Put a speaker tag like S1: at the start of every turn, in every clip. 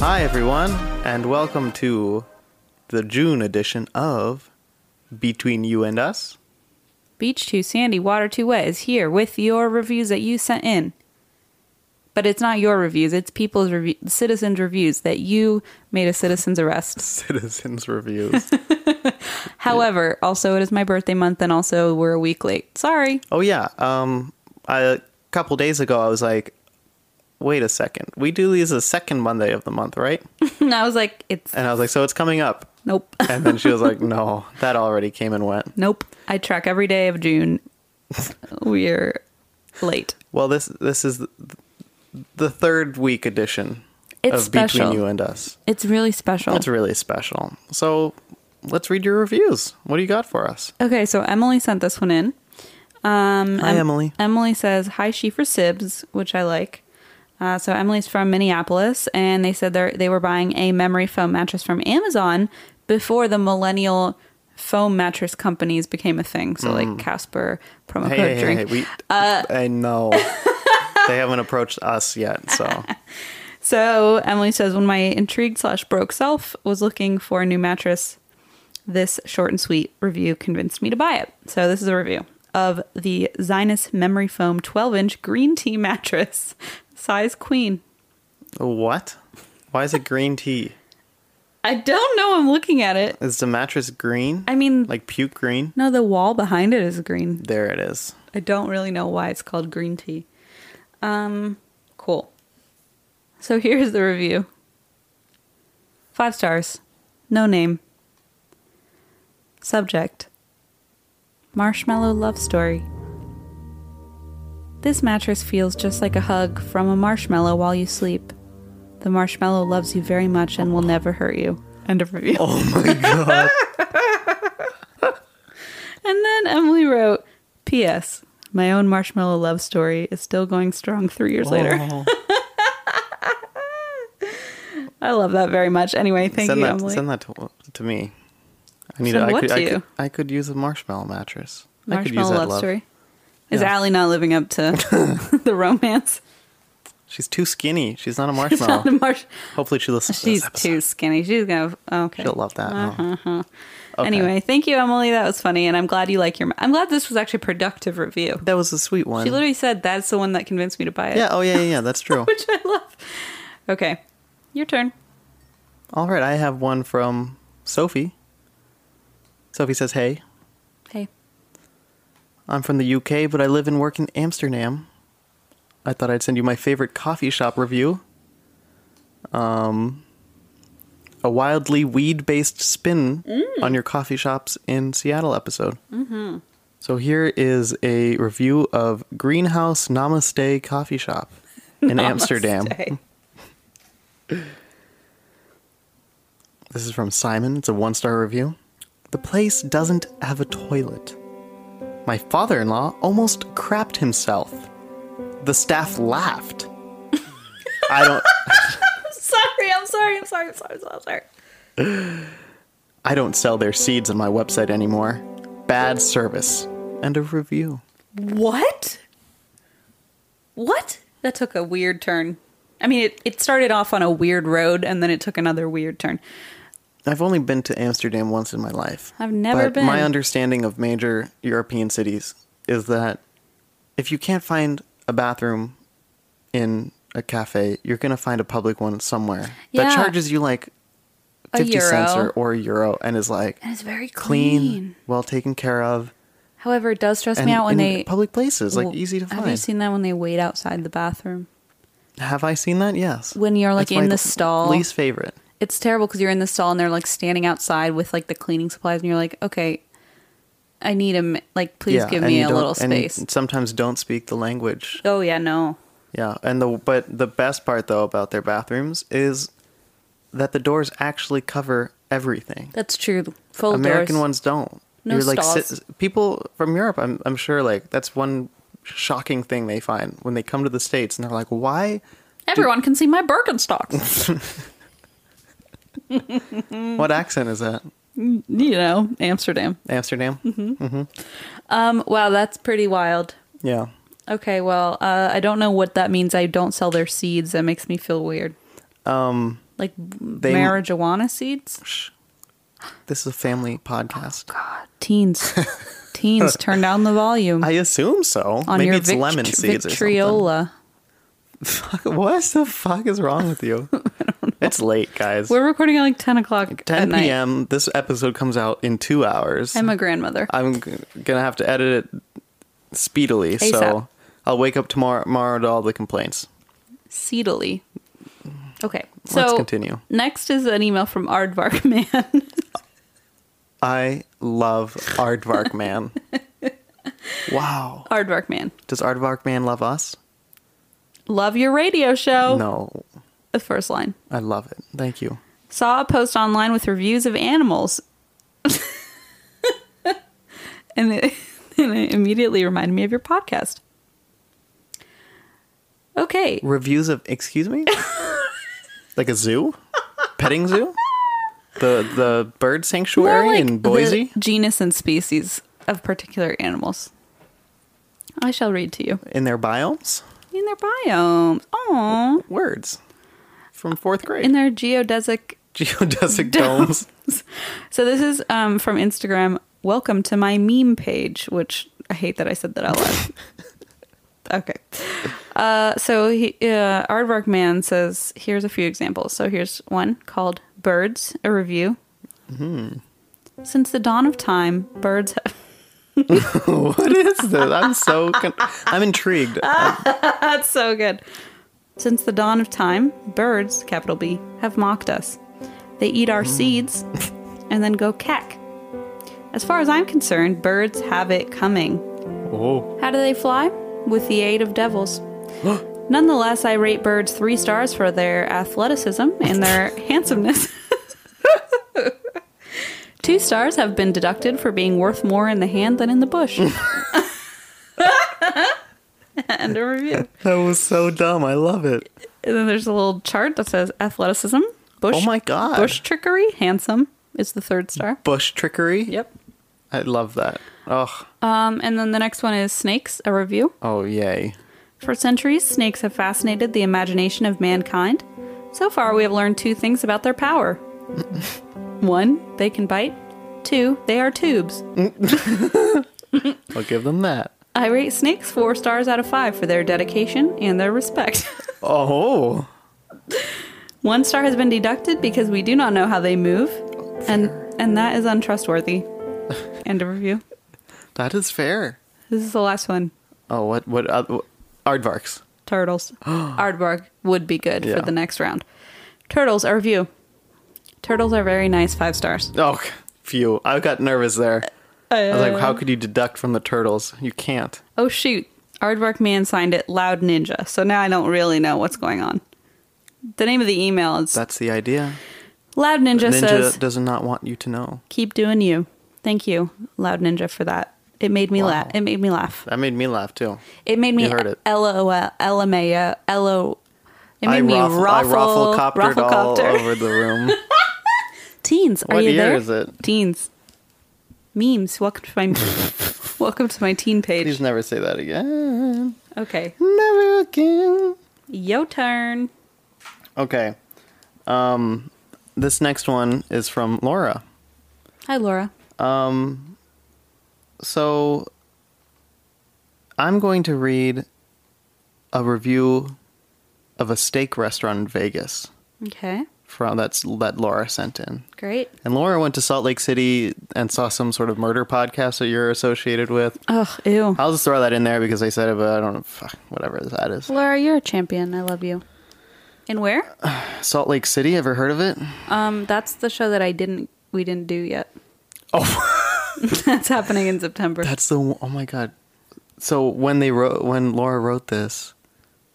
S1: Hi, everyone, and welcome to the June edition of Between You and Us.
S2: Beach Too Sandy, Water Too Wet is here with your reviews that you sent in. But it's not your reviews, it's people's review, citizens' reviews that you made a citizen's arrest.
S1: Citizens Reviews.
S2: However, also it is my birthday month and also we're a week late. Sorry.
S1: oh, yeah. Um, I, a couple days ago, I was like, wait a second. We do these the second Monday of the month, right?
S2: And I was like, it's
S1: And I was like, so it's coming up.
S2: nope.
S1: And then she was like, no, that already came and went.
S2: nope. I track every day of June. we're late.
S1: Well, this this is the, the third week edition
S2: It's
S1: of
S2: special.
S1: Between You and Us.
S2: It's really special.
S1: That's really special. So let's read your reviews. What do you got for us?
S2: okay, so Emily sent this one in. Um,
S1: Hi, Emily.
S2: Emily says, "Hi, she for Sibs," which I like. Uh, so Emily's from Minneapolis, and they said they they were buying a memory foam mattress from Amazon before the millennial foam mattress companies became a thing. So like Casper promo
S1: Mm. Hey,
S2: code
S1: hey, hey,
S2: drink. Uh,
S1: hey, we, I know. they haven't approached us yet, so
S2: So Emily says, when my intrigued slash broke self was looking for a new mattress, this short and sweet review convinced me to buy it. So this is a review of the Zinus memory foam 12 inch green tea mattress, size queen.
S1: what? Why is it green tea?
S2: I don't know. I'm looking at it.
S1: Is the mattress green?
S2: I mean,
S1: like puke green?
S2: no, the wall behind it is green.
S1: There it is.
S2: I don't really know why it's called green tea. Um, cool. So here's the review. Five stars. No name. Subject. Marshmallow love story. This mattress feels just like a hug from a marshmallow while you sleep. The marshmallow loves you very much and will never hurt you. End of review.
S1: Oh my god.
S2: And then Emily wrote, P.S. My own marshmallow love story is still going strong three years later.
S1: Oh.
S2: I love that very much. Anyway, thank
S1: send
S2: you,
S1: that
S2: Emily.
S1: send that to, to me. I need
S2: Send
S1: I
S2: what
S1: could,
S2: to
S1: I
S2: you?
S1: could I could use a marshmallow mattress. I could use
S2: marshmallow
S1: that
S2: love, story. Is
S1: Yeah.
S2: Allie not living up to the romance?
S1: She's too skinny. She's not a
S2: She's
S1: marshmallow.
S2: not a marsh-
S1: Hopefully she listens to this
S2: She's
S1: episode.
S2: too skinny. She's gonna oh, okay. Uh-huh.
S1: She'll love that. huh? Okay.
S2: Anyway, thank you, Emily. That was funny, and I'm glad you like your. I'm glad this was actually a productive review.
S1: That was a sweet one.
S2: She literally said that's the one that convinced me to buy it.
S1: yeah, oh yeah, yeah, yeah, that's true.
S2: which I love. Okay, your turn.
S1: All right, I have one from Sophie. Sophie says, "Hey,
S2: Hey,
S1: I'm from the UK, but I live and work in Amsterdam. I thought I'd send you my favorite coffee shop review. Um, a wildly weed-based spin on your coffee shops in Seattle episode. Mm-hmm. So here is a review of Greenhouse Namaste Coffee Shop in Amsterdam.
S2: Namaste.
S1: This is from Simon. It's a one star review. The place doesn't have a toilet. My father in law almost crapped himself. The staff laughed. I don't.
S2: Sorry, I'm sorry. I'm sorry. I'm sorry. I'm sorry. I'm sorry.
S1: I don't sell their seeds on my website anymore. Bad service. End of review.
S2: What? What? That took a weird turn. I mean, it, it started off on a weird road and then it took another weird turn.
S1: I've only been to Amsterdam once in my life.
S2: I've never
S1: but
S2: been.
S1: My understanding of major European cities is that if you can't find a bathroom in a cafe, you're going to find a public one somewhere that
S2: Yeah.
S1: charges you like
S2: A
S1: 50 cents
S2: euro.
S1: or, or a euro and is like
S2: And it's very
S1: clean,
S2: clean.
S1: well taken care of,
S2: However, it does stress
S1: and
S2: me out
S1: in
S2: when they
S1: public places, like
S2: Well,
S1: easy to
S2: Have you
S1: find.
S2: seen that when they wait outside the bathroom?
S1: Have I seen that? Yes.
S2: When you're, like,
S1: That's my
S2: in the stall.
S1: Least favorite.
S2: It's terrible because you're in the stall and they're like standing outside with like the cleaning supplies, and you're like, okay, I need him. Like, please
S1: Yeah,
S2: give
S1: and
S2: me
S1: you
S2: a
S1: don't-
S2: little
S1: and
S2: space.
S1: sometimes don't speak the language.
S2: Oh yeah, no.
S1: Yeah, and the but the best part though about their bathrooms is that the doors actually cover everything.
S2: That's true. Full
S1: American
S2: doors.
S1: ones don't.
S2: No
S1: like
S2: stalls.
S1: people from Europe. I'm I'm sure like that's one shocking thing they find when they come to the states and they're like, why?
S2: Everyone can see my Birkenstocks. Mm-hmm.
S1: What accent is that?
S2: you know, Amsterdam.
S1: Amsterdam.
S2: Mm-hmm. Um, wow, that's pretty wild.
S1: Yeah.
S2: Okay, well, uh, I don't know what that means. I don't sell their seeds. That makes me feel weird. Um, like
S1: they-
S2: marijuana seeds.
S1: This is a family podcast.
S2: Oh, God, teens, teens, turn down the volume
S1: I assume so.
S2: on
S1: Maybe
S2: your
S1: it's
S2: vict-
S1: lemon seeds or
S2: Victriola.
S1: something. What the fuck is wrong with you? It's late, guys.
S2: We're recording at like ten o'clock.
S1: 10
S2: at night.
S1: p.m. This episode comes out in two hours.
S2: I'm a grandmother.
S1: I'm g- gonna have to edit it speedily,
S2: ASAP.
S1: so I'll wake up tomorrow, tomorrow to all the complaints.
S2: Seedily. Okay, so
S1: Let's continue.
S2: Next is an email from Aardvark Man.
S1: I love Aardvark Man. wow.
S2: Aardvark Man,
S1: Does Aardvark Man love us?
S2: love your radio show.
S1: No,
S2: The first line.
S1: I love it. Thank you.
S2: Saw a post online with reviews of animals. and, it, and it immediately reminded me of your podcast. Okay.
S1: Reviews of excuse me, like a zoo, petting zoo, the the bird sanctuary
S2: More like
S1: in Boise.
S2: The genus and species of particular animals. I shall read to you.
S1: in their biomes?
S2: In their biomes. Oh.
S1: Words from fourth grade.
S2: In their geodesic.
S1: geodesic domes.
S2: So this is um, from Instagram. Welcome to my meme page, which I hate that I said that out loud. Okay. Uh, so he, uh, Aardvark Man says, here's a few examples. So here's one called Birds, a review. Since the dawn of time, birds have.
S1: What is this? I'm so con- I'm intrigued.
S2: That's so good. Since the dawn of time, birds, capital B, have mocked us. They eat our seeds and then go cack. As far as I'm concerned, birds have it coming.
S1: Oh,
S2: How do they fly? With the aid of devils. Nonetheless, I rate birds three stars for their athleticism and their handsomeness. Two stars have been deducted for being worth more in the hand than in the bush. and a review.
S1: that was so dumb. I love it.
S2: And then there's a little chart that says athleticism, bush,
S1: Oh my god.
S2: bush trickery, handsome is the third star.
S1: Bush trickery.
S2: Yep.
S1: I love that. Oh,
S2: Um, and then the next one is snakes, a review.
S1: oh yay.
S2: For centuries, snakes have fascinated the imagination of mankind. So far, we have learned two things about their power. One, they can bite. Two, they are tubes.
S1: I'll give them that.
S2: I rate snakes four stars out of five for their dedication and their respect.
S1: Oh.
S2: One star has been deducted because we do not know how they move, and and that is untrustworthy. End of review.
S1: That is fair.
S2: This is the last one.
S1: Oh, what what uh, what- aardvarks.
S2: Turtles. Aardvark would be good
S1: Yeah.
S2: for the next round. Turtles, a review. Turtles are very nice, five stars.
S1: Oh, phew. I got nervous there. I was like, how could you deduct from the turtles? You can't.
S2: Oh shoot. Aardvark Man signed it Loud Ninja, so now I don't really know what's going on. The name of the email is
S1: That's the idea.
S2: Loud Ninja,
S1: Ninja
S2: says,
S1: does not want you to know.
S2: "Keep doing you." Thank you, Loud Ninja, for that. It made me
S1: Wow.
S2: laugh. It made me laugh.
S1: That made me laugh too.
S2: It made me
S1: You heard it.
S2: LOL, LMAO, LO. It made
S1: I
S2: me
S1: raffle,
S2: raffle,
S1: I raffle coptered all
S2: rafflecopter.
S1: over the room.
S2: Teens, are
S1: What
S2: you
S1: year
S2: there?
S1: is it?
S2: Teens, memes. Welcome to my welcome to my teen
S1: Please
S2: page.
S1: never say that again.
S2: Okay,
S1: Never again.
S2: yo turn.
S1: Okay. Um, this next one is from Laura.
S2: Hi, Laura.
S1: So I'm going to read a review of a steak restaurant in Vegas
S2: Okay.
S1: from that's that Laura sent in.
S2: Great.
S1: And Laura went to Salt Lake City and saw some sort of murder podcast that you're associated with.
S2: Ugh, ew.
S1: I'll just throw that in there because I said it, but I don't know, fuck, whatever that is.
S2: Laura, you're a champion. I love you. And where?
S1: Salt Lake City, ever heard of it?
S2: Um, that's the show that I didn't we didn't do yet. Oh. that's happening in September.
S1: That's the one- oh my god. So when they wrote when Laura wrote this,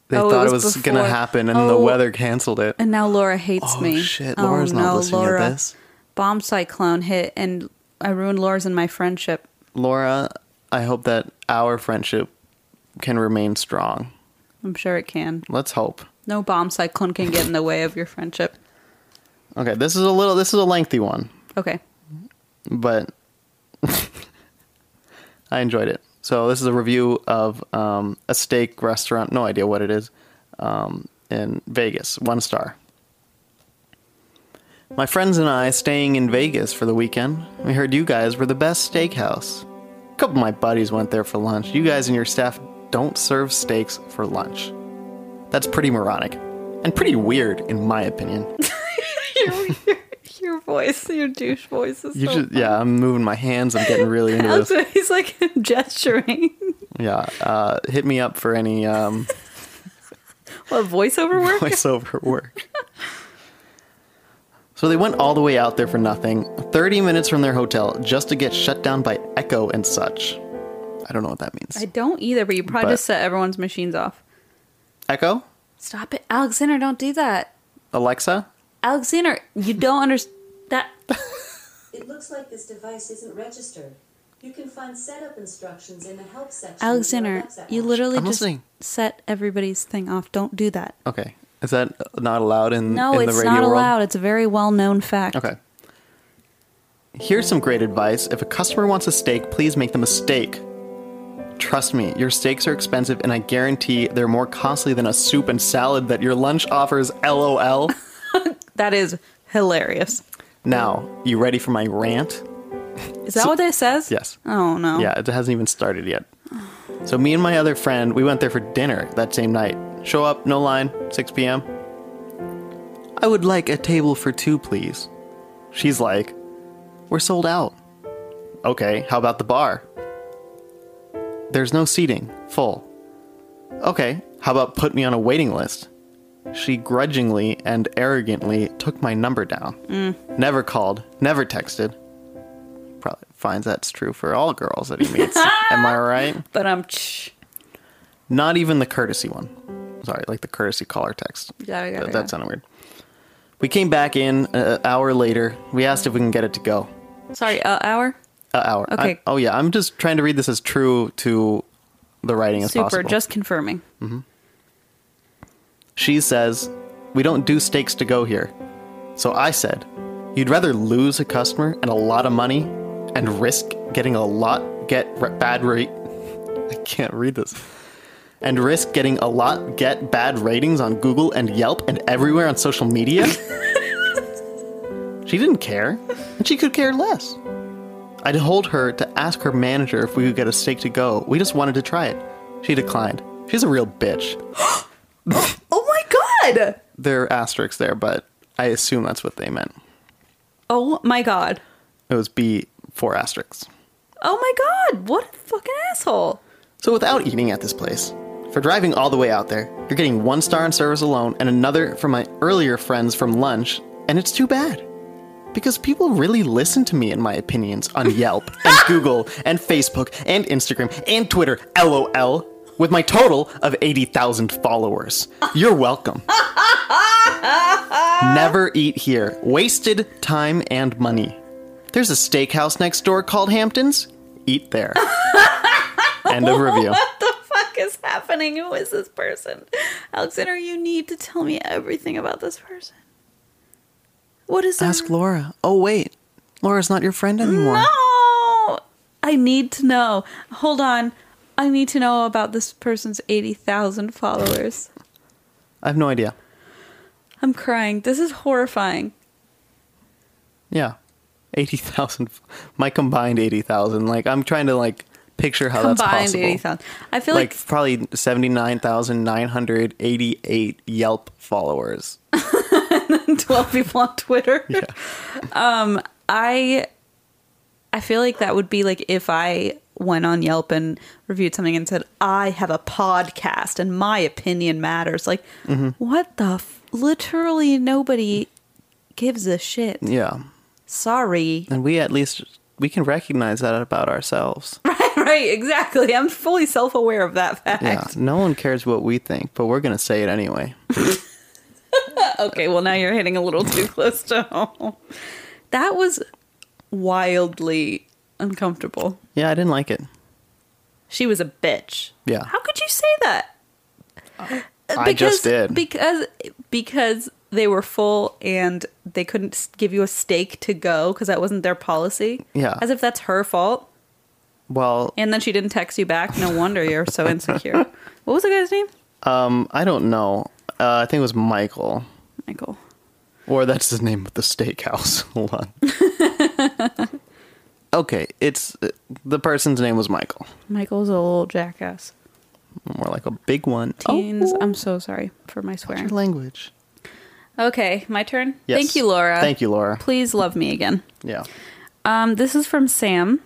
S1: they
S2: Oh, it
S1: thought it
S2: was
S1: was, gonna
S2: before.
S1: happen, and the
S2: Oh.
S1: weather canceled it.
S2: and now Laura hates
S1: Oh,
S2: me.
S1: shit. Laura's not listening to this.
S2: Bomb cyclone hit and I ruined Laura's and my friendship.
S1: Laura, I hope that our friendship can remain strong.
S2: I'm sure it can.
S1: Let's hope.
S2: No bomb cyclone can get in the way of your friendship.
S1: Okay, this is a little this is a lengthy one,
S2: Okay.
S1: but I enjoyed it. So this is a review of um, a steak restaurant. No idea what it is. Um, in Vegas, one star. My friends and I staying in Vegas for the weekend. We heard you guys were the best steakhouse. A couple of my buddies went there for lunch. You guys and your staff don't serve steaks for lunch. That's pretty moronic and pretty weird, in my opinion.
S2: your, your, your voice, your douche voice is
S1: You
S2: so
S1: just, yeah, I'm moving my hands. I'm getting really into this.
S2: Also, he's like gesturing.
S1: Yeah, uh, hit me up for any um,
S2: What voiceover work?
S1: voiceover work. So they went all the way out there for nothing, 30 minutes from their hotel, just to get shut down by Echo and such. I don't know what that means.
S2: I don't either, but you probably
S1: But-
S2: just set everyone's machines off.
S1: Echo?
S2: Stop it, Alexander! Don't do that,
S1: Alexa?
S2: Alexander. You don't understand that.
S3: It looks like this device isn't registered. You can find setup instructions in the help section. of your
S2: Alexander,
S3: Alexa
S2: you
S3: app.
S2: literally
S1: I'm
S2: just
S1: listening.
S2: set everybody's thing off. Don't do that.
S1: Okay. Is that not allowed in,
S2: No,
S1: in the
S2: it's
S1: radio
S2: not
S1: world?
S2: allowed. It's a very well-known fact.
S1: Okay. Here's some great advice. If a customer wants a steak, please make them a steak. Trust me, your steaks are expensive, and I guarantee they're more costly than a soup and salad that your lunch offers. LOL.
S2: That is hilarious.
S1: now, you ready for my rant?
S2: Is that what that says?
S1: Yes.
S2: Oh no.
S1: Yeah, it hasn't even started yet. So, me and my other friend, we went there for dinner that same night. Show up, no line, 6 p.m. I would like a table for two, please. She's like, We're sold out. Okay, how about the bar? There's no seating, full. Okay, how about put me on a waiting list? She grudgingly and arrogantly took my number down. Never called, never texted. Probably finds that's true for all girls that he meets. Am I right?
S2: But um, I'm. Tsh-
S1: Not even the courtesy one. Sorry, like the courtesy caller text.
S2: Got it, got it,
S1: That-
S2: got
S1: that
S2: it.
S1: sounded weird. We came back in an hour later. We asked if we can get it to go.
S2: sorry. Uh, hour.
S1: An hour. I-
S2: Okay.
S1: oh yeah, I'm just trying to read this as true to the writing as
S2: Super.
S1: possible.
S2: Just confirming.
S1: She says, We don't do steaks to go here. So I said, You'd rather lose a customer and a lot of money and risk getting a lot get re- bad rate. I can't read this. And risk getting a lot get bad ratings on Google and Yelp and everywhere on social media? she didn't care, and she could care less. I told her to ask her manager if we could get a steak to go. We just wanted to try it. She declined. She's a real bitch
S2: Oh my god.
S1: there are asterisks there, but I assume that's what they meant.
S2: Oh my god.
S1: It was B four asterisks.
S2: Oh my god. What a fucking asshole.
S1: So without eating at this place, for driving all the way out there, you're getting one star in service alone and another from my earlier friends from lunch, and it's too bad. Because people really listen to me and my opinions on Yelp and Google and Facebook and Instagram and Twitter, lol, with my total of 80,000 followers. You're welcome. Never eat here. Wasted time and money. There's a steakhouse next door called Hampton's. Eat there. End of review.
S2: the fuck is happening? Who is this person? Alexander, you need to tell me everything about this person. What is
S1: Ask
S2: that?
S1: Laura. Oh, wait. Laura's not your friend anymore.
S2: No! I need to know. Hold on. I need to know about this person's 80,000 followers.
S1: I have no idea.
S2: I'm crying. This is horrifying.
S1: Yeah. 80,000. My combined 80,000. Like, I'm trying to, like, picture how Oh, that's
S2: Combined
S1: possible.
S2: eighty thousand. I feel
S1: like,
S2: like
S1: probably 79,988 Yelp followers.
S2: 12 people on Twitter. Um,
S1: Yeah.
S2: I I feel like that would be like if I went on Yelp and reviewed something and said I have a podcast and my opinion matters. Like
S1: Mm-hmm.
S2: what the f- literally nobody gives a shit.
S1: Yeah.
S2: Sorry.
S1: And we at least we can recognize that about ourselves.
S2: right, exactly. I'm fully self-aware of that fact.
S1: Yeah. No one cares what we think, but we're going to say it anyway.
S2: Okay, well now you're hitting a little too close to home. That was wildly uncomfortable.
S1: Yeah, I didn't like it.
S2: She was a bitch.
S1: Yeah.
S2: How could you say that?
S1: I just did.
S2: Because because they were full and they couldn't s- give you a steak to go because that wasn't their policy.
S1: Yeah.
S2: As if that's her fault.
S1: Well,
S2: And then she didn't text you back. No wonder you're so insecure. what was the guy's name?
S1: um, I don't know. Uh, I think it was Michael,
S2: Michael.
S1: or that's the name of the steakhouse. Hold on. okay, it's uh, the person's name was Michael.
S2: Michael's a little jackass.
S1: More like a big one.
S2: Teens, I'm so sorry for my swearing.
S1: Oh. Your language.
S2: Okay, my turn.
S1: Yes.
S2: Thank you, Laura.
S1: Thank you, Laura.
S2: Please love me again.
S1: Yeah.
S2: Um, this is from Sam.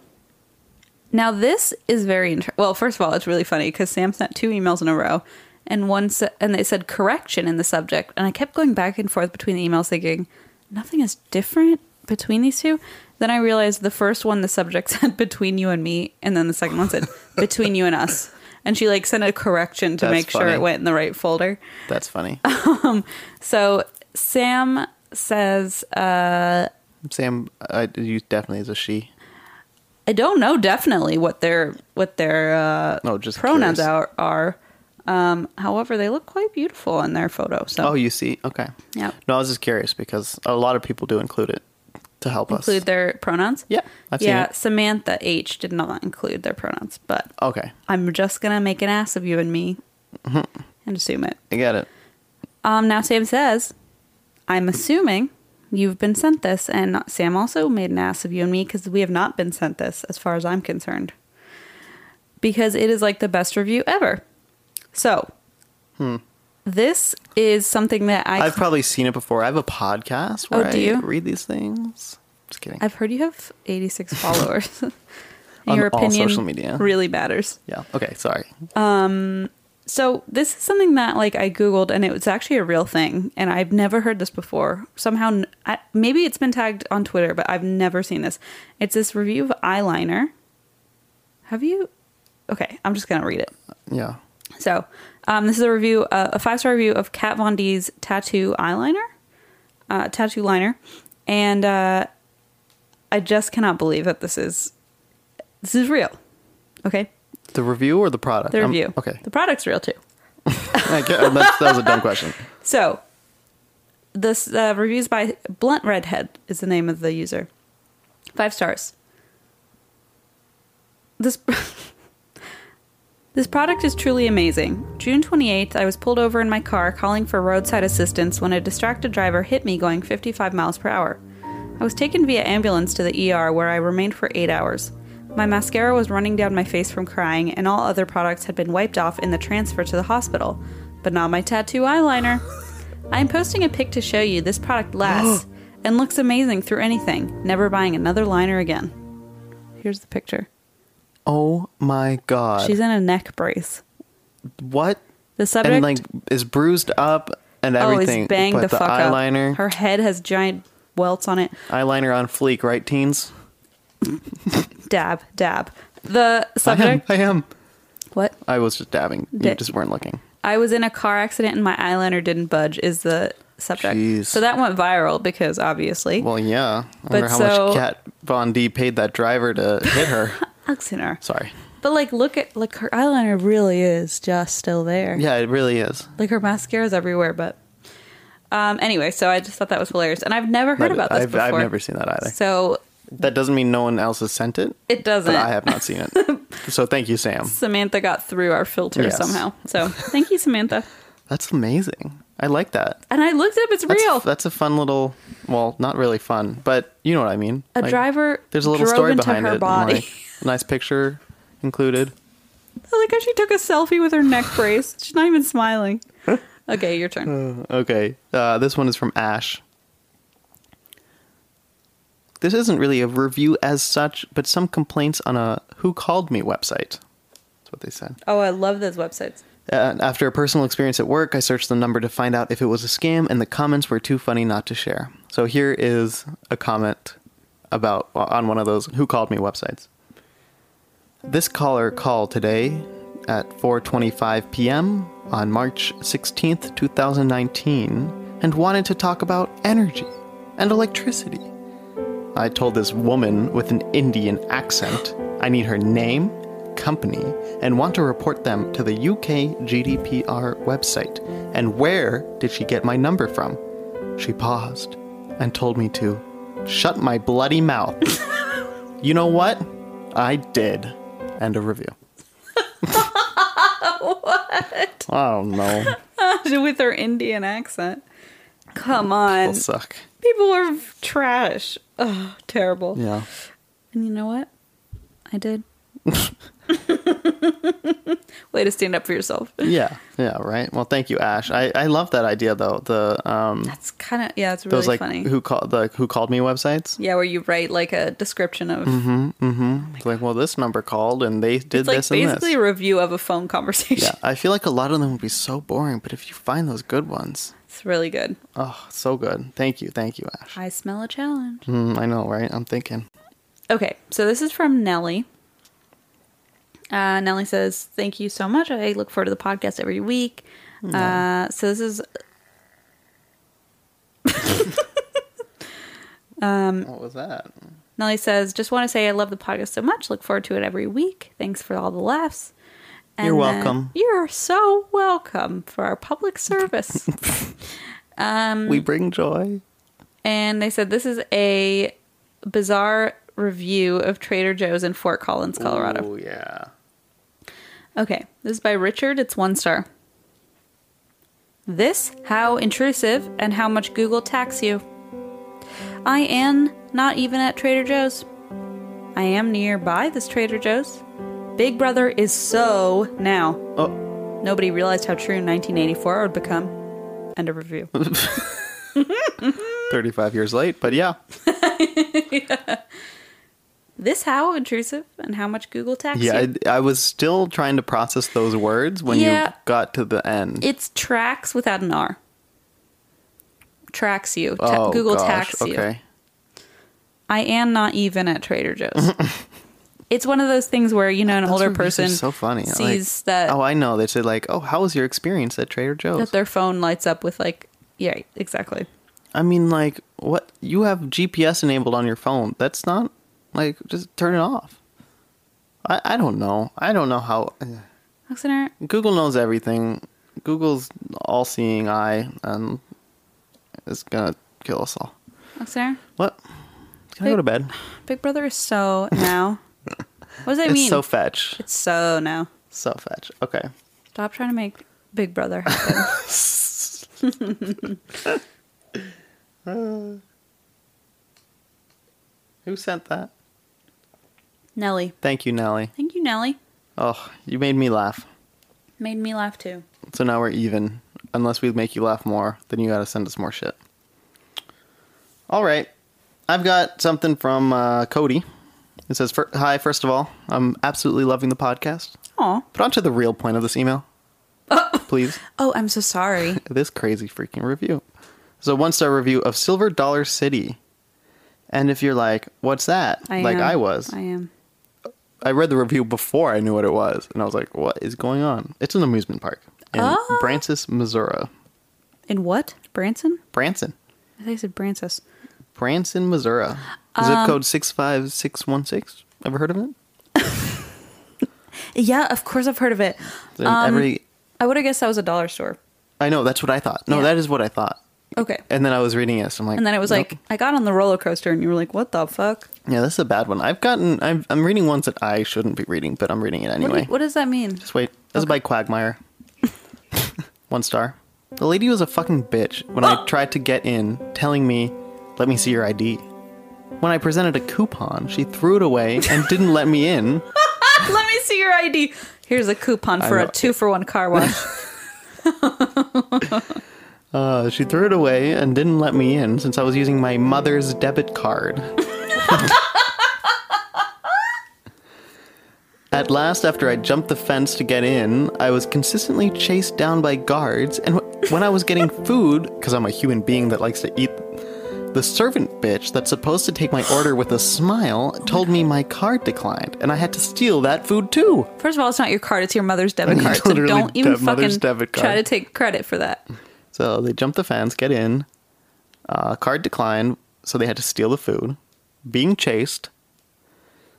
S2: Now, this is very inter- well. First of all, it's really funny because Sam sent two emails in a row, and one sa- and they said correction in the subject, and I kept going back and forth between the emails, thinking nothing is different between these two. Then I realized the first one the subject said between you and me, and then the second one said between you and us, and she like sent a correction to
S1: That's
S2: make sure
S1: funny.
S2: it went in the right folder.
S1: That's funny.
S2: So Sam says, uh,
S1: Sam, I, you definitely is a she.
S2: I don't know definitely what their what their uh,
S1: No, just
S2: pronouns
S1: curious.
S2: are. are. Um, however, they look quite beautiful in their photo. So
S1: Oh, you see. Okay.
S2: Yep.
S1: No, I was just curious because a lot of people do include it to help
S2: include
S1: us.
S2: their pronouns.
S1: Yeah, I've seen
S2: yeah.
S1: it.
S2: Samantha H did not include their pronouns, but
S1: okay,
S2: I'm just gonna make an ass of you and me
S1: Mm-hmm.
S2: and assume it.
S1: I get it.
S2: Um, now Sam says, I'm assuming you've been sent this, and Sam also made an ass of you and me because we have not been sent this, as far as I'm concerned, because it is like the best review ever. So, this is something that I
S1: Hmm. I've probably seen it before. I have a podcast
S2: Oh,
S1: where
S2: do
S1: I
S2: you?
S1: read these things. Just kidding.
S2: I've heard you have 86 followers. And
S1: On
S2: Your
S1: all
S2: opinion
S1: social media.
S2: really matters.
S1: yeah. Okay. Sorry.
S2: So this is something that like I googled and it was actually a real thing and I've never heard this before. Somehow n I maybe it's been tagged on Twitter, but I've never seen this. It's this review of eyeliner. Have you? Okay, I'm just gonna read it.
S1: Yeah.
S2: So um, this is a review, uh, a five star review of Kat Von D's tattoo eyeliner, uh, tattoo liner, and uh, I just cannot believe that this is this is real. Okay,
S1: The review or the product?
S2: the
S1: Um,
S2: review.
S1: okay.
S2: the product's real too.
S1: I get- that's- that was a dumb question.
S2: So, this uh, reviews by Blunt Redhead is the name of the user. Five stars. This this product is truly amazing. June 28th, I was pulled over in my car calling for roadside assistance when a distracted driver hit me going 55 miles per hour. I was taken via ambulance to the ER where I remained for 8 hours. My mascara was running down my face from crying and all other products had been wiped off in the transfer to the hospital, but not my tattoo eyeliner. I am posting a pic to show you this product lasts and looks amazing through anything. Never buying another liner again. Here's the picture.
S1: Oh my god.
S2: She's in a neck brace.
S1: what?
S2: The subject
S1: And like is bruised up and
S2: oh
S1: everything.
S2: is bang
S1: but
S2: the, fuck
S1: eyeliner,
S2: up. Her head has giant welts on it.
S1: eyeliner on fleek, right, teens?
S2: Dab, dab. The subject.
S1: I am. I am.
S2: What?
S1: I was just dabbing. You
S2: Dick.
S1: just weren't looking.
S2: I was in a car accident and my eyeliner didn't budge. Is the subject.
S1: Jeez.
S2: So that went viral because obviously.
S1: Well, yeah. I
S2: But
S1: wonder how
S2: so-
S1: much Kat Von D paid that driver to hit her.
S2: Alexander.
S1: Sorry.
S2: But like, look at like her eyeliner really is just still there.
S1: Yeah, it really is.
S2: Like her mascara's everywhere, but um anyway, so I just thought that was hilarious. And I've never heard
S1: That-
S2: about this
S1: I've,
S2: before.
S1: I've never seen that either.
S2: So
S1: That doesn't mean no one else has sent it.
S2: it doesn't.
S1: But I have not seen it. so thank you, Sam.
S2: Samantha got through our filter
S1: Yes.
S2: somehow. So thank you, Samantha.
S1: That's amazing. I like that.
S2: And I looked it up, it's
S1: That's,
S2: real.
S1: That's a fun little. Well, not really fun, but you know what I mean.
S2: a
S1: Like,
S2: driver
S1: There's a little
S2: drove
S1: story
S2: into
S1: behind
S2: her
S1: it.
S2: body.
S1: like, nice picture. included.
S2: I like how she took a selfie with her neck brace. She's not even smiling. Okay, your turn.
S1: Okay, uh, this one is from Ash. This isn't really a review as such, but some complaints on a Who Called Me website. That's what they said.
S2: Oh, I love those websites.
S1: Uh, after a personal experience at work, I searched the number to find out if it was a scam, and the comments were too funny not to share. So here is a comment about uh, on one of those who called me websites. This caller called today at 4:25 p.m. on March 16th, 2019, and wanted to talk about energy and electricity. I told this woman with an Indian accent I need her name, company, and want to report them to the UK GDPR website. And where did she get my number from? She paused and told me to shut my bloody mouth. you know what? I did. End of review. what? I don't know.
S2: with her Indian accent. Come on.
S1: It'll suck.
S2: People are f- trash. Oh, terrible.
S1: Yeah.
S2: And you know what? I did. Way to stand up for yourself.
S1: Yeah. Yeah. Right. Well, thank you, Ash. I, I love that idea though. The um
S2: That's kind of yeah. It's really
S1: those like
S2: funny.
S1: who called the who called me websites.
S2: yeah, where you write like a description of
S1: It's like, well, this number called and they Mm-hmm. did
S2: it's like
S1: this and
S2: basically
S1: this.
S2: a review of a phone conversation.
S1: Yeah, I feel like a lot of them would be so boring, but if you find those good ones,
S2: It's really good.
S1: oh, so good. Thank you, thank you, Ash.
S2: I smell a challenge.
S1: Mm, I know, right? I'm thinking.
S2: Okay, so this is from Nellie. Uh, Nellie says, Thank you so much. I look forward to the podcast every week.
S1: Mm-hmm.
S2: Uh, so this is Mm.
S1: What was that?
S2: Nellie says, Just want to say I love the podcast so much. Look forward to it every week. Thanks for all the laughs. And
S1: You're
S2: then-
S1: welcome.
S2: you're so welcome for our public service. Mm.
S1: we bring joy.
S2: and they said, This is a bizarre review of Trader Joe's in Fort Collins, Colorado.
S1: Oh yeah.
S2: Okay, this is by Richard. It's one star. This, how intrusive and how much Google tax you. I am not even at Trader Joe's. I am nearby this Trader Joe's. Big Brother is so now.
S1: Oh.
S2: Nobody realized how true 1984 would become. End of review.
S1: 35 years late, but yeah.
S2: this how intrusive and how much Google tax
S1: Yeah,
S2: you.
S1: I, I was still trying to process those words when
S2: Yeah.
S1: you got to the end.
S2: It's tracks without an R. Tracks you. Ta-
S1: oh,
S2: Google
S1: gosh.
S2: tax you.
S1: Okay.
S2: I am not even at Trader Joe's. it's one of those things where you know an
S1: Those
S2: older
S1: reviews are
S2: person
S1: so funny. Like,
S2: sees that
S1: Oh, I know. They said like, "Oh, how was your experience at Trader Joe's?"
S2: that their phone lights up with like yeah exactly
S1: I mean, like, what you have GPS enabled on your phone? That's not like just turn it off. I I don't know. I don't know how
S2: Alexander
S1: Google knows everything. Google's all-seeing eye and is gonna kill us all.
S2: Alexander
S1: What? Can I go to bed?
S2: Big Brother is so now. what does that
S1: it's
S2: mean?
S1: so fetch.
S2: it's so now.
S1: So fetch. Okay.
S2: Stop trying to make Big Brother happen.
S1: Who sent that?
S2: Nelly,
S1: Thank you, Nelly.
S2: thank you, Nelly.
S1: Oh, you made me laugh.
S2: Made me laugh too.
S1: So now we're even. Unless we make you laugh more, then you gotta send us more shit. All right. I've got something from uh, Cody. It says, "Fir- Hi, first of all, I'm absolutely loving the podcast.
S2: Aw.
S1: But onto the real point of this email, please.
S2: Oh, I'm so sorry.
S1: This crazy freaking review. So, one star review of Silver Dollar City. And if you're like, what's that?
S2: I
S1: like
S2: am.
S1: I was.
S2: I am.
S1: I read the review before I knew what it was, and I was like, "What is going on?" It's an amusement park in
S2: Oh.
S1: Brancis, Missouri.
S2: In what? Branson?
S1: Branson,
S2: I think I said Brancis.
S1: Branson, Missouri. Zip
S2: Um,
S1: code six five six one six. Ever heard of it?
S2: Yeah, of course I've heard of it.
S1: It's in
S2: Um,
S1: every,
S2: I would have guessed that was a dollar store.
S1: I know that's what I thought. No,
S2: Yeah.
S1: that is what I thought.
S2: Okay.
S1: And then I was reading this. I'm like,
S2: And then it was
S1: nope.
S2: like, I got on the roller coaster, and you were like, "What the fuck?
S1: yeah, this is a bad one. I've gotten. I've, I'm reading ones that I shouldn't be reading, but I'm reading it
S2: What, do
S1: anyway.
S2: you- what does that mean?"
S1: Just wait. This is by Quagmire. One star. The lady was a fucking bitch when I tried to get in, telling me, let me see your ID. When I presented a coupon, she threw it away and didn't let me in.
S2: Let me see me your ID. Here's a coupon for a
S1: know.
S2: two for one car wash.
S1: Uh, she threw it away and didn't let me in since I was using my mother's debit card. At last, after I jumped the fence to get in, I was consistently chased down by guards, and wh- when I was getting food, because I'm a human being that likes to eat, the servant bitch that's supposed to take my order with a smile told me my card declined, and I had to steal that food too.
S2: First of all, it's not your card; it's your mother's debit card. So
S1: Literally
S2: don't even
S1: deb- mother's
S2: fucking
S1: debit
S2: try
S1: card.
S2: to take credit for that.
S1: So they jumped the fence, get in. Uh, card declined, so they had to steal the food. Being chased.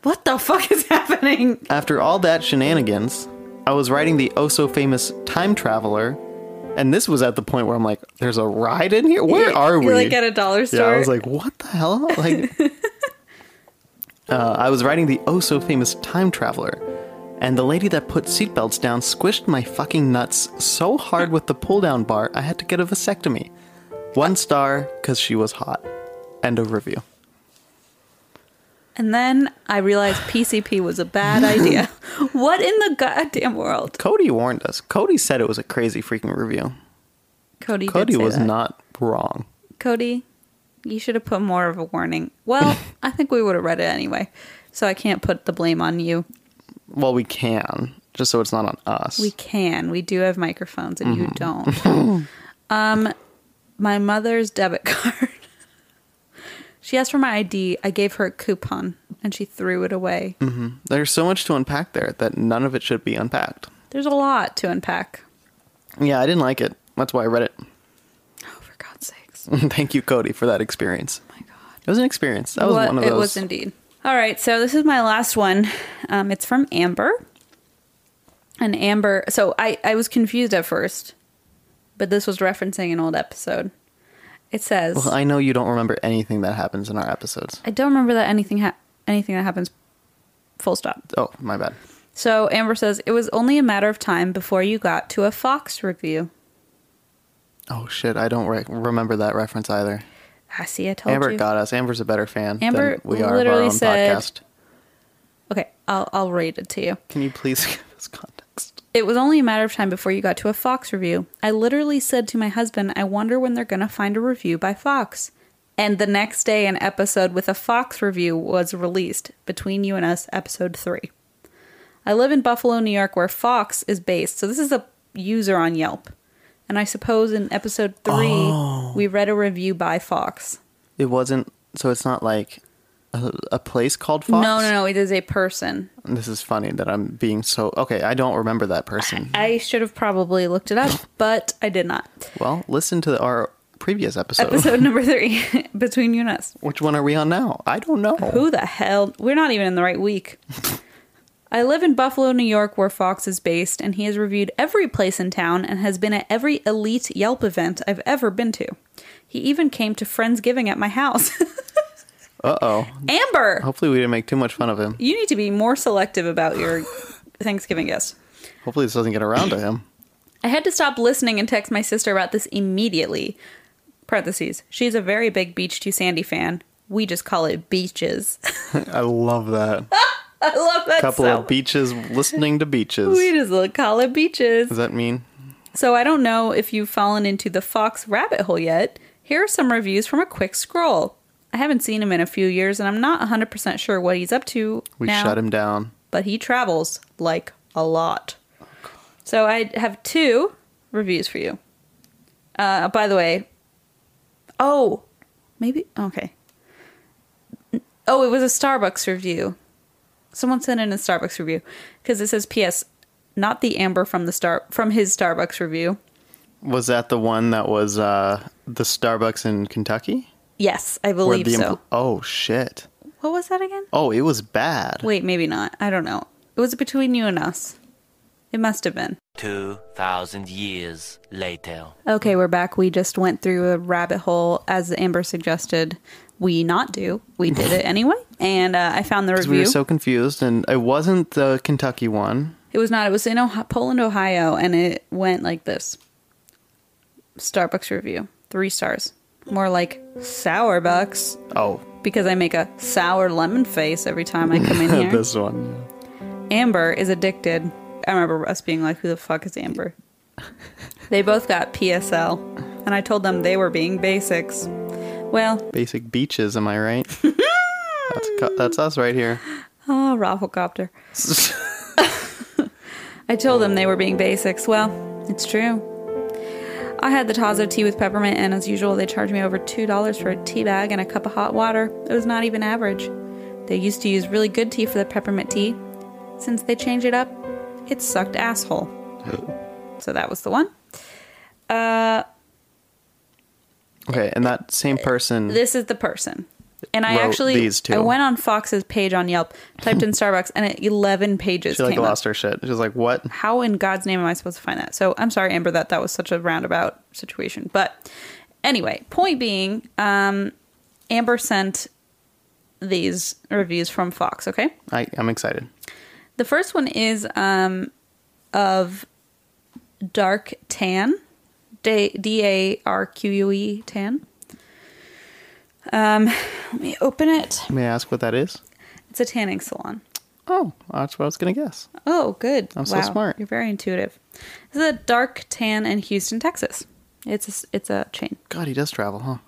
S2: What the fuck is happening?
S1: After all that shenanigans, I was riding the oh so famous Time Traveler, and this was at the point where I'm like, "There's a ride in here. Where are we?"
S2: You're like at a dollar
S1: yeah,
S2: store.
S1: I was like, "What the hell?" Like, uh, I was riding the oh so famous Time Traveler, and the lady that put seatbelts down squished my fucking nuts so hard with the pull down bar, I had to get a vasectomy. One star because she was hot. End of review.
S2: and then I realized PCP was a bad idea. what in the goddamn world?
S1: Cody warned us. Cody said it was a crazy freaking review.
S2: Cody. did
S1: Cody
S2: say
S1: was
S2: that.
S1: not wrong.
S2: Cody, you should have put more of a warning. Well, I think we would have read it anyway, so I can't put the blame on you.
S1: Well, we can, just so it's not on us.
S2: We can. We do have microphones, and you don't.
S1: Mm-hmm.
S2: um, my mother's debit card. she asked for my ID. I gave her a coupon, and she threw it away.
S1: Hmm. There's so much to unpack there that none of it should be unpacked.
S2: There's a lot to unpack.
S1: Yeah, I didn't like it. That's why I read it.
S2: Oh, for God's sakes!
S1: Thank you, Cody, for that experience.
S2: Oh my God.
S1: It was an experience. That was
S2: Well,
S1: one of
S2: it
S1: those.
S2: was indeed. All right, so this is my last one. Um, it's from Amber. And Amber, so I, I was confused at first, but this was referencing an old episode. It says,
S1: Well, I know you don't remember anything that happens in our episodes.
S2: I don't remember that anything ha- anything that happens. Full stop.
S1: Oh, my bad.
S2: So Amber says it was only a matter of time before you got to a Fox review.
S1: Oh shit, I don't re- remember that reference either.
S2: I see. I told
S1: Amber
S2: you.
S1: got us. Amber's a better fan
S2: Amber
S1: than we are of our
S2: literally
S1: own
S2: said-
S1: podcast.
S2: okay, I'll I'll read it to you.
S1: Can you please give us context?
S2: It was only a matter of time before you got to a Fox review. I literally said to my husband, I wonder when they're going to find a review by Fox. And the next day, an episode with a Fox review was released Between You and Us, episode three. I live in Buffalo, New York, where Fox is based. So this is a user on Yelp. And I suppose in episode three, we read a review by Fox.
S1: It wasn't. So it's not like a, a place called Fox.
S2: No, no, no. It is a person.
S1: This is funny that I'm being so okay. I don't remember that person.
S2: I should have probably looked it up, but I did not.
S1: Well, listen to our previous episode.
S2: Episode number three Between You and Us.
S1: Which one are we on now? I don't know.
S2: Who the hell? We're not even in the right week. I live in Buffalo, New York, where Fox is based, and he has reviewed every place in town and has been at every elite Yelp event I've ever been to. He even came to Friendsgiving at my house.
S1: Uh oh.
S2: Amber,
S1: Hopefully, we didn't make too much fun of him.
S2: you need to be more selective about your Thanksgiving guests.
S1: Hopefully, this doesn't get around to him.
S2: I had to stop listening and text my sister about this immediately. Parentheses. She's a very big Beach Too Sandy fan. We just call it beaches.
S1: I love that.
S2: I love that.
S1: Couple
S2: so
S1: of beaches listening to beaches.
S2: We just call it beaches.
S1: Does that mean?
S2: So I don't know if you've fallen into the Fox rabbit hole yet. Here are some reviews from a quick scroll. I haven't seen him in a few years, and I'm not 100% sure what he's up to
S1: We
S2: now,
S1: shut him down.
S2: but he travels, like, a lot. So I have two reviews for you. Uh, by the way, oh, maybe, okay. Oh, it was a Starbucks review. Someone sent in a Starbucks review because it says P.S. Not the Amber from the star from his Starbucks review.
S1: Was that the one that was uh, the Starbucks in Kentucky?
S2: Yes, I
S1: Where
S2: believe
S1: the
S2: so.
S1: empl- oh shit!
S2: What was that again?
S1: Oh, it was bad.
S2: Wait, maybe not. I don't know. It was between you and us. It must have been.
S4: 2,000 years later.
S2: Okay, we're back. We just went through a rabbit hole, as Amber suggested we not do. We did it anyway. And uh, I found the
S1: 'Cause
S2: review.
S1: we were so confused, and it wasn't the Kentucky one.
S2: It was not. It was in Ohio- Poland, Ohio, and it went like this Starbucks review, three stars. More like Sourbucks,
S1: Oh,
S2: because I make a sour lemon face every time I come in here.
S1: this one.
S2: Amber is addicted. I remember us being like, who the fuck is Amber? they both got PSL, and I told them they were being basics. Well,
S1: Basic beaches, am I right? that's cu- that's us right here.
S2: oh, rafflecopter. I told them they were being basics. Well, it's true. I had the Tazo tea with peppermint, and as usual, they charged me over $2 for a tea bag and a cup of hot water. It was not even average. They used to use really good tea for the peppermint tea. Since they changed it up, it sucked asshole. so that was the one. Uh,
S1: Okay, and that same person.
S2: this is the person. And I
S1: Wrote
S2: actually
S1: these two.
S2: I went on Fox's page on Yelp, typed in Starbucks, and it, 11 pages
S1: she like
S2: came up.
S1: lost her shit. She's like, "What?
S2: how in God's name am I supposed to find that? So I'm sorry, Amber, that that was such a roundabout situation. But anyway, point being, um, Amber sent these reviews from Fox. Okay,
S1: I, I'm excited."
S2: the first one is um, of dark tan, D A R Q U E tan. Um, let me open it.
S1: May I ask what that is?
S2: It's a tanning salon.
S1: Oh, that's what I was gonna guess.
S2: Oh, good.
S1: I'm so smart.
S2: You're very intuitive. This is a dark tan in Houston, Texas. It's a, s- it's a chain.
S1: God, he does travel, huh?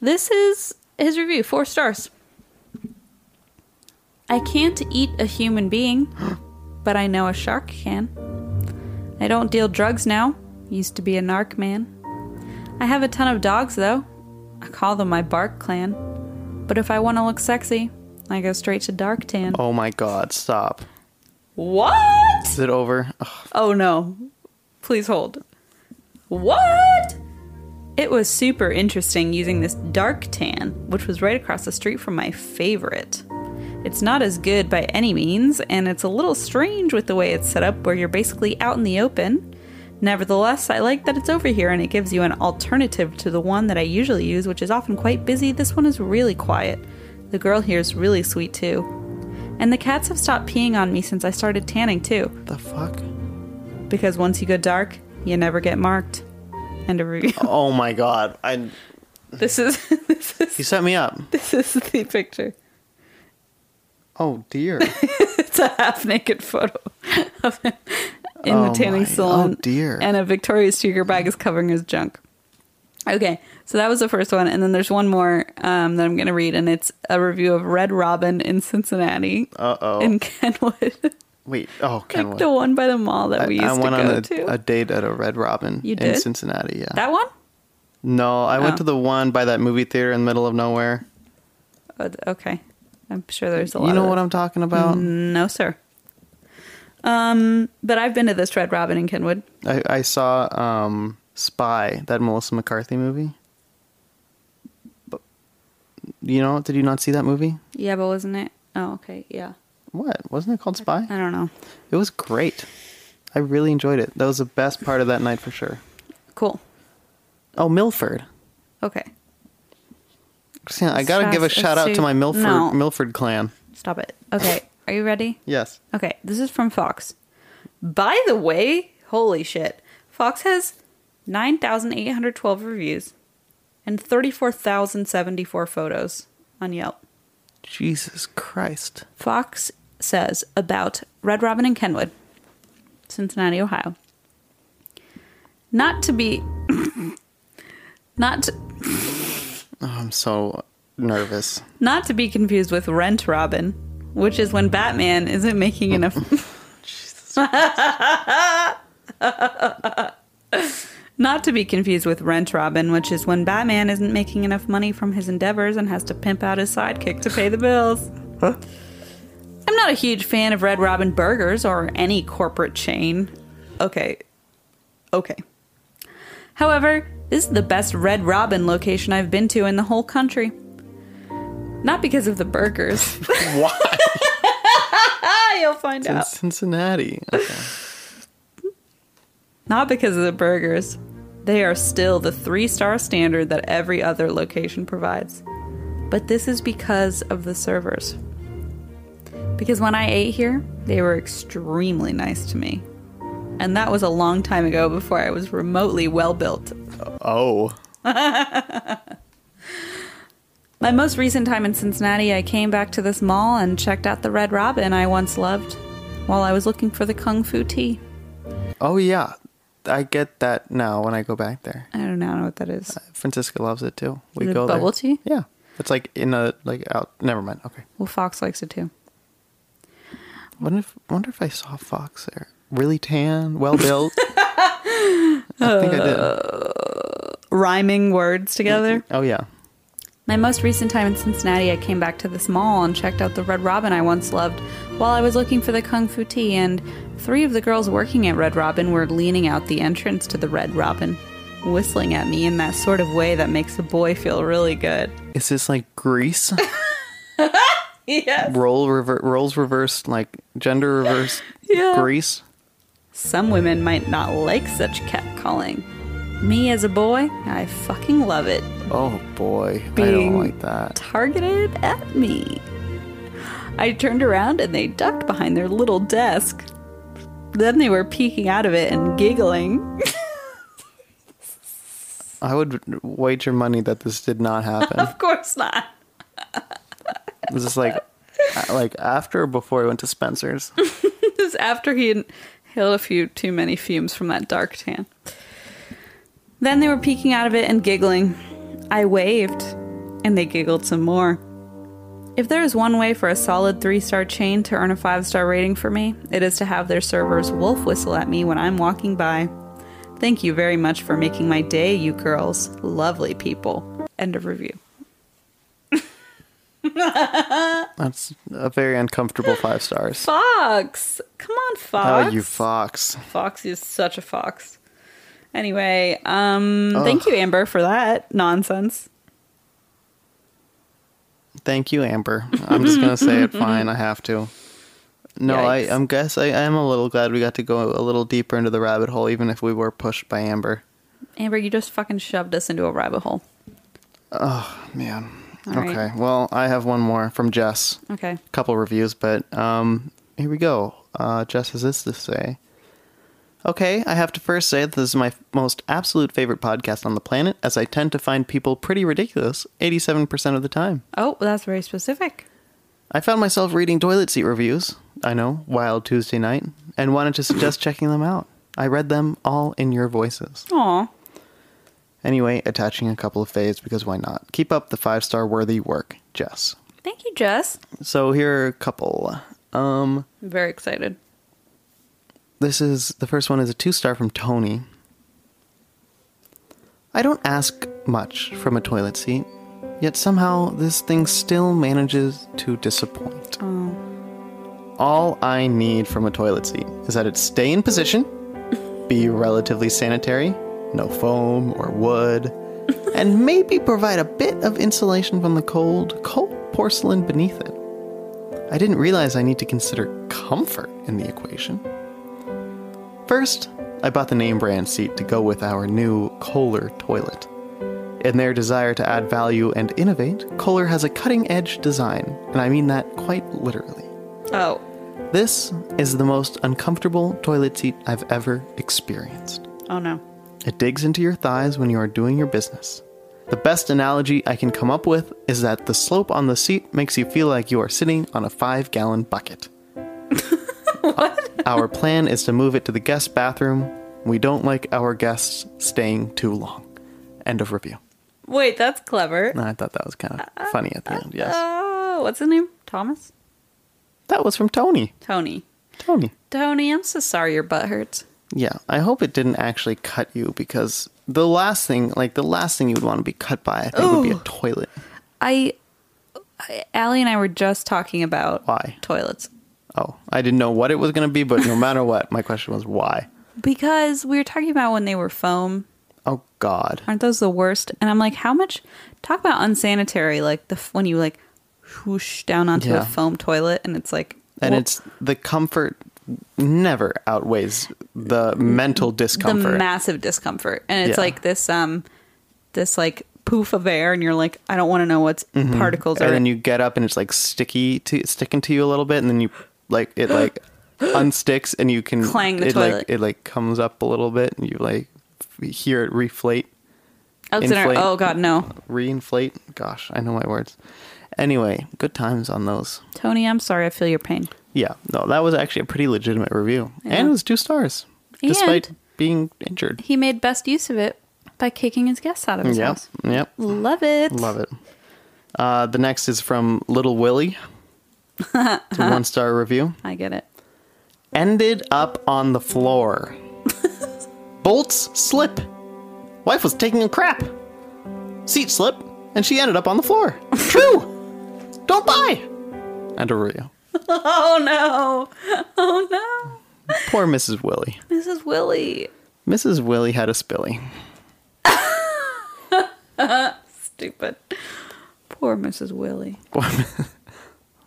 S2: This is his review. Four stars. I can't eat a human being, but I know a shark can. I don't deal drugs now. Used to be a narc man. I have a ton of dogs though. I call them my bark clan. But if I want to look sexy, I go straight to dark tan.
S1: Oh my God, stop!
S2: What?
S1: Is it over? Ugh,
S2: Oh no. Please hold. What? It was super interesting using this dark tan, which was right across the street from my favorite. It's not as good by any means, and it's a little strange with the way it's set up, where you're basically out in the open. Nevertheless, I like that it's over here and it gives you an alternative to the one that I usually use, which is often quite busy. This one is really quiet. The girl here is really sweet too. And the cats have stopped peeing on me since I started tanning too
S1: the fuck?
S2: because once you go dark, you never get marked. End of review.
S1: Oh my God! I
S2: This is this
S1: he
S2: is
S1: set me up.
S2: this is the picture.
S1: Oh dear!
S2: It's a half-naked photo of him in the
S1: Oh
S2: tanning
S1: my-
S2: salon.
S1: oh dear.
S2: And a Victoria's Secret bag is covering his junk. Okay, so that was the first one, and then there's one more um, that I'm going to read, and it's a review of Red Robin in Cincinnati.
S1: Uh-oh.
S2: In Kenwood,
S1: Wait. Oh,
S2: like
S1: Kenwood.
S2: the one by the mall that
S1: I,
S2: we used
S1: I went
S2: to go
S1: on a,
S2: to.
S1: a date at a Red Robin
S2: You
S1: in
S2: did?
S1: Cincinnati. Yeah.
S2: that one?
S1: no, I went
S2: Oh.
S1: to the one by that movie theater in the middle of nowhere.
S2: Oh, th- okay, I'm sure there's a lot.
S1: You know
S2: of
S1: what I'm talking about?
S2: No, sir. Um, but I've been to this Red Robin in Kenwood.
S1: I, I saw um, Spy, that Melissa McCarthy movie. But- You know, did you not see that movie?
S2: Yeah, but wasn't it? Oh, okay, yeah.
S1: What? Wasn't it called Spy?
S2: I don't know.
S1: It was great. I really enjoyed it. That was the best part of that night for sure.
S2: Cool.
S1: Oh, Milford.
S2: Okay,
S1: Christina, I gotta give a
S2: Fast
S1: shout out to
S2: assume-
S1: my Milford
S2: No.
S1: Milford clan.
S2: stop it. Okay, are you ready?
S1: Yes.
S2: Okay, this is from Fox. By the way, holy shit. Fox has 9,812 reviews and 34,074 photos on Yelp.
S1: Jesus Christ.
S2: Fox says about Red Robin and Kenwood, Cincinnati, Ohio. Not to be. Not to,
S1: I'm so nervous.
S2: not to be confused with Rent Robin, which is when Batman isn't making enough. not to be confused with Rent Robin, which is when Batman isn't making enough money from his endeavors and has to pimp out his sidekick to pay the bills. I'm not a huge fan of Red Robin burgers or any corporate chain. Okay. Okay. However, this is the best Red Robin location I've been to in the whole country. Not because of the burgers.
S1: Why?
S2: You'll find
S1: In
S2: out.
S1: Cincinnati. Okay.
S2: Not because of the burgers. They are still the three star standard that every other location provides. But this is because of the servers. Because when I ate here, they were extremely nice to me. And that was a long time ago before I was remotely well built.
S1: Oh.
S2: My most recent time in Cincinnati, I came back to this mall and checked out the Red Robin I once loved while I was looking for the Kung Fu tea.
S1: Oh, yeah. I get that now when I go back there.
S2: I don't know what that is.
S1: Francisca loves it too. We
S2: Is it
S1: go there.
S2: bubble tea?
S1: Yeah. It's like in a, like out. Never mind. Okay.
S2: Well, Fox likes it too.
S1: Wonder if, wonder if I saw Fox there. Really tan, well built. I think I did.
S2: Rhyming words together.
S1: Oh, yeah.
S2: My most recent time in Cincinnati, I came back to this mall and checked out the Red Robin I once loved while I was looking for the Kung Fu tea, and three of the girls working at Red Robin were leaning out the entrance to the Red Robin, whistling at me in that sort of way that makes a boy feel really good.
S1: Is this like Grease?
S2: Yes.
S1: Roll rever- roles reversed, like gender reversed
S2: Yeah.
S1: Grease?
S2: Some women might not like such catcalling. Me as a boy, I fucking love it.
S1: Oh, boy. I
S2: Being-
S1: don't like that.
S2: Targeted at me. I turned around and they ducked behind their little desk. Then they were peeking out of it and giggling.
S1: I would wager money that this did not happen.
S2: Of course not.
S1: It was just like, a- like after or before I went to Spencer's.
S2: This is after he had inhaled a few too many fumes from that dark tan. Then they were peeking out of it and giggling. I waved, and they giggled some more. If there is one way for a solid three star chain to earn a five star rating for me, it is to have their servers wolf whistle at me when I'm walking by. Thank you very much for making my day, you girls. Lovely people. End of review.
S1: That's a very uncomfortable five stars.
S2: Fox! Come on, Fox!
S1: Oh, you fox.
S2: Fox is such a fox. Anyway, um thank you Amber for that nonsense.
S1: Thank you, Amber. I'm just gonna say it. Fine, I have to. No, I,
S2: Yikes.
S1: I'm guess I, I am a little glad we got to go a little deeper into the rabbit hole, even if we were pushed by Amber.
S2: Amber, you just fucking shoved us into a rabbit hole.
S1: Man.
S2: All right.
S1: okay. Well, I have one more from Jess.
S2: Okay.
S1: couple reviews, but um, here we go. Uh, Jess has this to say. Okay, I have to first say that this is my most absolute favorite podcast on the planet, as I tend to find people pretty ridiculous 87% of the time.
S2: Oh, that's very specific.
S1: I found myself reading toilet seat reviews, I know, wild Tuesday night, and wanted to suggest checking them out. I read them all in your voices.
S2: Aw.
S1: Anyway, attaching a couple of faves because why not? Keep up the five star worthy work, Jess.
S2: Thank you, Jess.
S1: So here are a couple. Um,
S2: I'm very excited.
S1: This is the first one is a two star from Tony. I don't ask much from a toilet seat, yet somehow this thing still manages to disappoint. All I need from a toilet seat is that it stay in position, be relatively sanitary, no foam or wood, and maybe provide a bit of insulation from the cold, cold porcelain beneath it. I didn't realize I need to consider comfort in the equation. First, I bought the name brand seat to go with our new Kohler toilet. In their desire to add value and innovate, Kohler has a cutting edge design, and I mean that quite literally.
S2: Oh.
S1: This is the most uncomfortable toilet seat I've ever experienced.
S2: Oh no.
S1: It digs into your thighs when you are doing your business. The best analogy I can come up with is that the slope on the seat makes you feel like you are sitting on a five gallon bucket. Our plan is to move it to the guest bathroom. We don't like our guests staying too long. End of review.
S2: Wait, that's clever.
S1: And I thought that was kind of funny at the end, yes.
S2: Oh, what's his name? Thomas?
S1: That was from Tony.
S2: Tony.
S1: Tony.
S2: Tony, I'm so sorry your butt hurts.
S1: Yeah, I hope it didn't actually cut you because the last thing, like the last thing you would want to be cut by, I think would be a toilet.
S2: I, I Allie and I were just talking about
S1: Why?
S2: toilets.
S1: Oh, I didn't know what it was going to be, but no matter what, my question was why.
S2: Because we were talking about when they were foam
S1: Oh God,
S2: aren't those the worst? And I'm like, how much? Talk about unsanitary, like the f- when you like whoosh down onto
S1: Yeah.
S2: a foam toilet, and it's like,
S1: and
S2: well,
S1: it's the comfort never outweighs the mental
S2: the
S1: discomfort.
S2: massive discomfort, and it's
S1: Yeah.
S2: like this um, this like poof of air, and you're like, I don't want to know what's particles
S1: Mm-hmm. and
S2: are.
S1: then you get up and it's like sticky to sticking to you a little bit, and then you like it like unsticks, and you can
S2: Clang the
S1: it
S2: toilet.
S1: like it like comes up a little bit, and you like f- hear it reflate.
S2: Oh, it's in our,
S1: Inflate.
S2: oh God, no,
S1: Reinflate? Gosh, I know my words. Anyway, good times on those.
S2: Tony. I'm sorry. I feel your pain.
S1: Yeah, no, that was actually a pretty legitimate review. And it was two stars, despite
S2: And-
S1: being injured.
S2: He made best use of it by kicking his guests out of his
S1: Yep,
S2: house.
S1: yep.
S2: Love it.
S1: Love it. Uh, the next is from Little Willie. It's a one star review.
S2: I get it.
S1: Ended up on the floor. Bolts slip. Wife was taking a crap. Seat slip, and she ended up on the floor. True. Don't buy. And a review.
S2: Oh no. Oh
S1: Poor Mrs. Willie.
S2: no. Mrs. Willie.
S1: Mrs. Willie had a spilly.
S2: Stupid. Poor Mrs. Willie.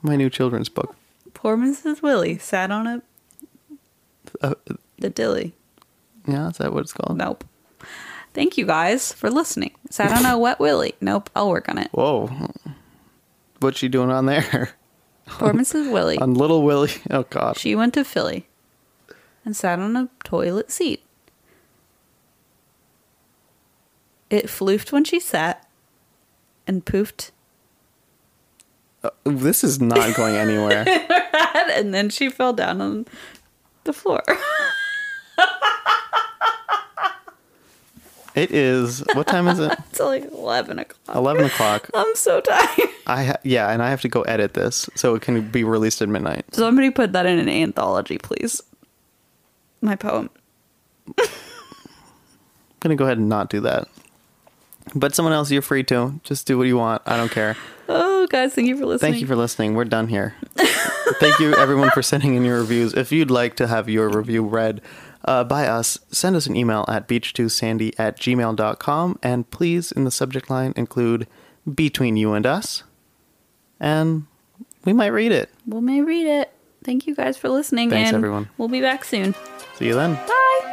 S1: My new children's book.
S2: Poor Mrs. Willie sat on a
S1: Uh,
S2: the dilly.
S1: yeah, is that what it's called?
S2: Nope. Thank you guys for listening. Sat on a wet willy. Nope. I'll work on it.
S1: Whoa. What's she doing on there?
S2: Poor Mrs. Willie.
S1: on Little Willie. Oh, God.
S2: She went to Philly and sat on a toilet seat. It floofed when she sat and poofed,
S1: This is not going anywhere.
S2: and then she fell down on the floor.
S1: It is. What time is it?
S2: it's like 11 o'clock.
S1: Eleven o'clock.
S2: I'm so tired.
S1: I ha- yeah, and I have to go edit this so it can be released at midnight.
S2: Somebody put that in an anthology, please. My poem.
S1: I'm gonna go ahead and not do that. But someone else, you're free to just do what you want. I don't care.
S2: Oh, guys, thank you for listening.
S1: Thank you for listening. We're done here. Thank you everyone for sending in your reviews. If you'd like to have your review read uh, by us, send us an email at beach2sandy at gmail.com and please in the subject line include between you and us. And we might read it.
S2: we may read it. Thank you guys for listening.
S1: Thanks,
S2: and
S1: everyone.
S2: We'll be back soon.
S1: See you then.
S2: Bye.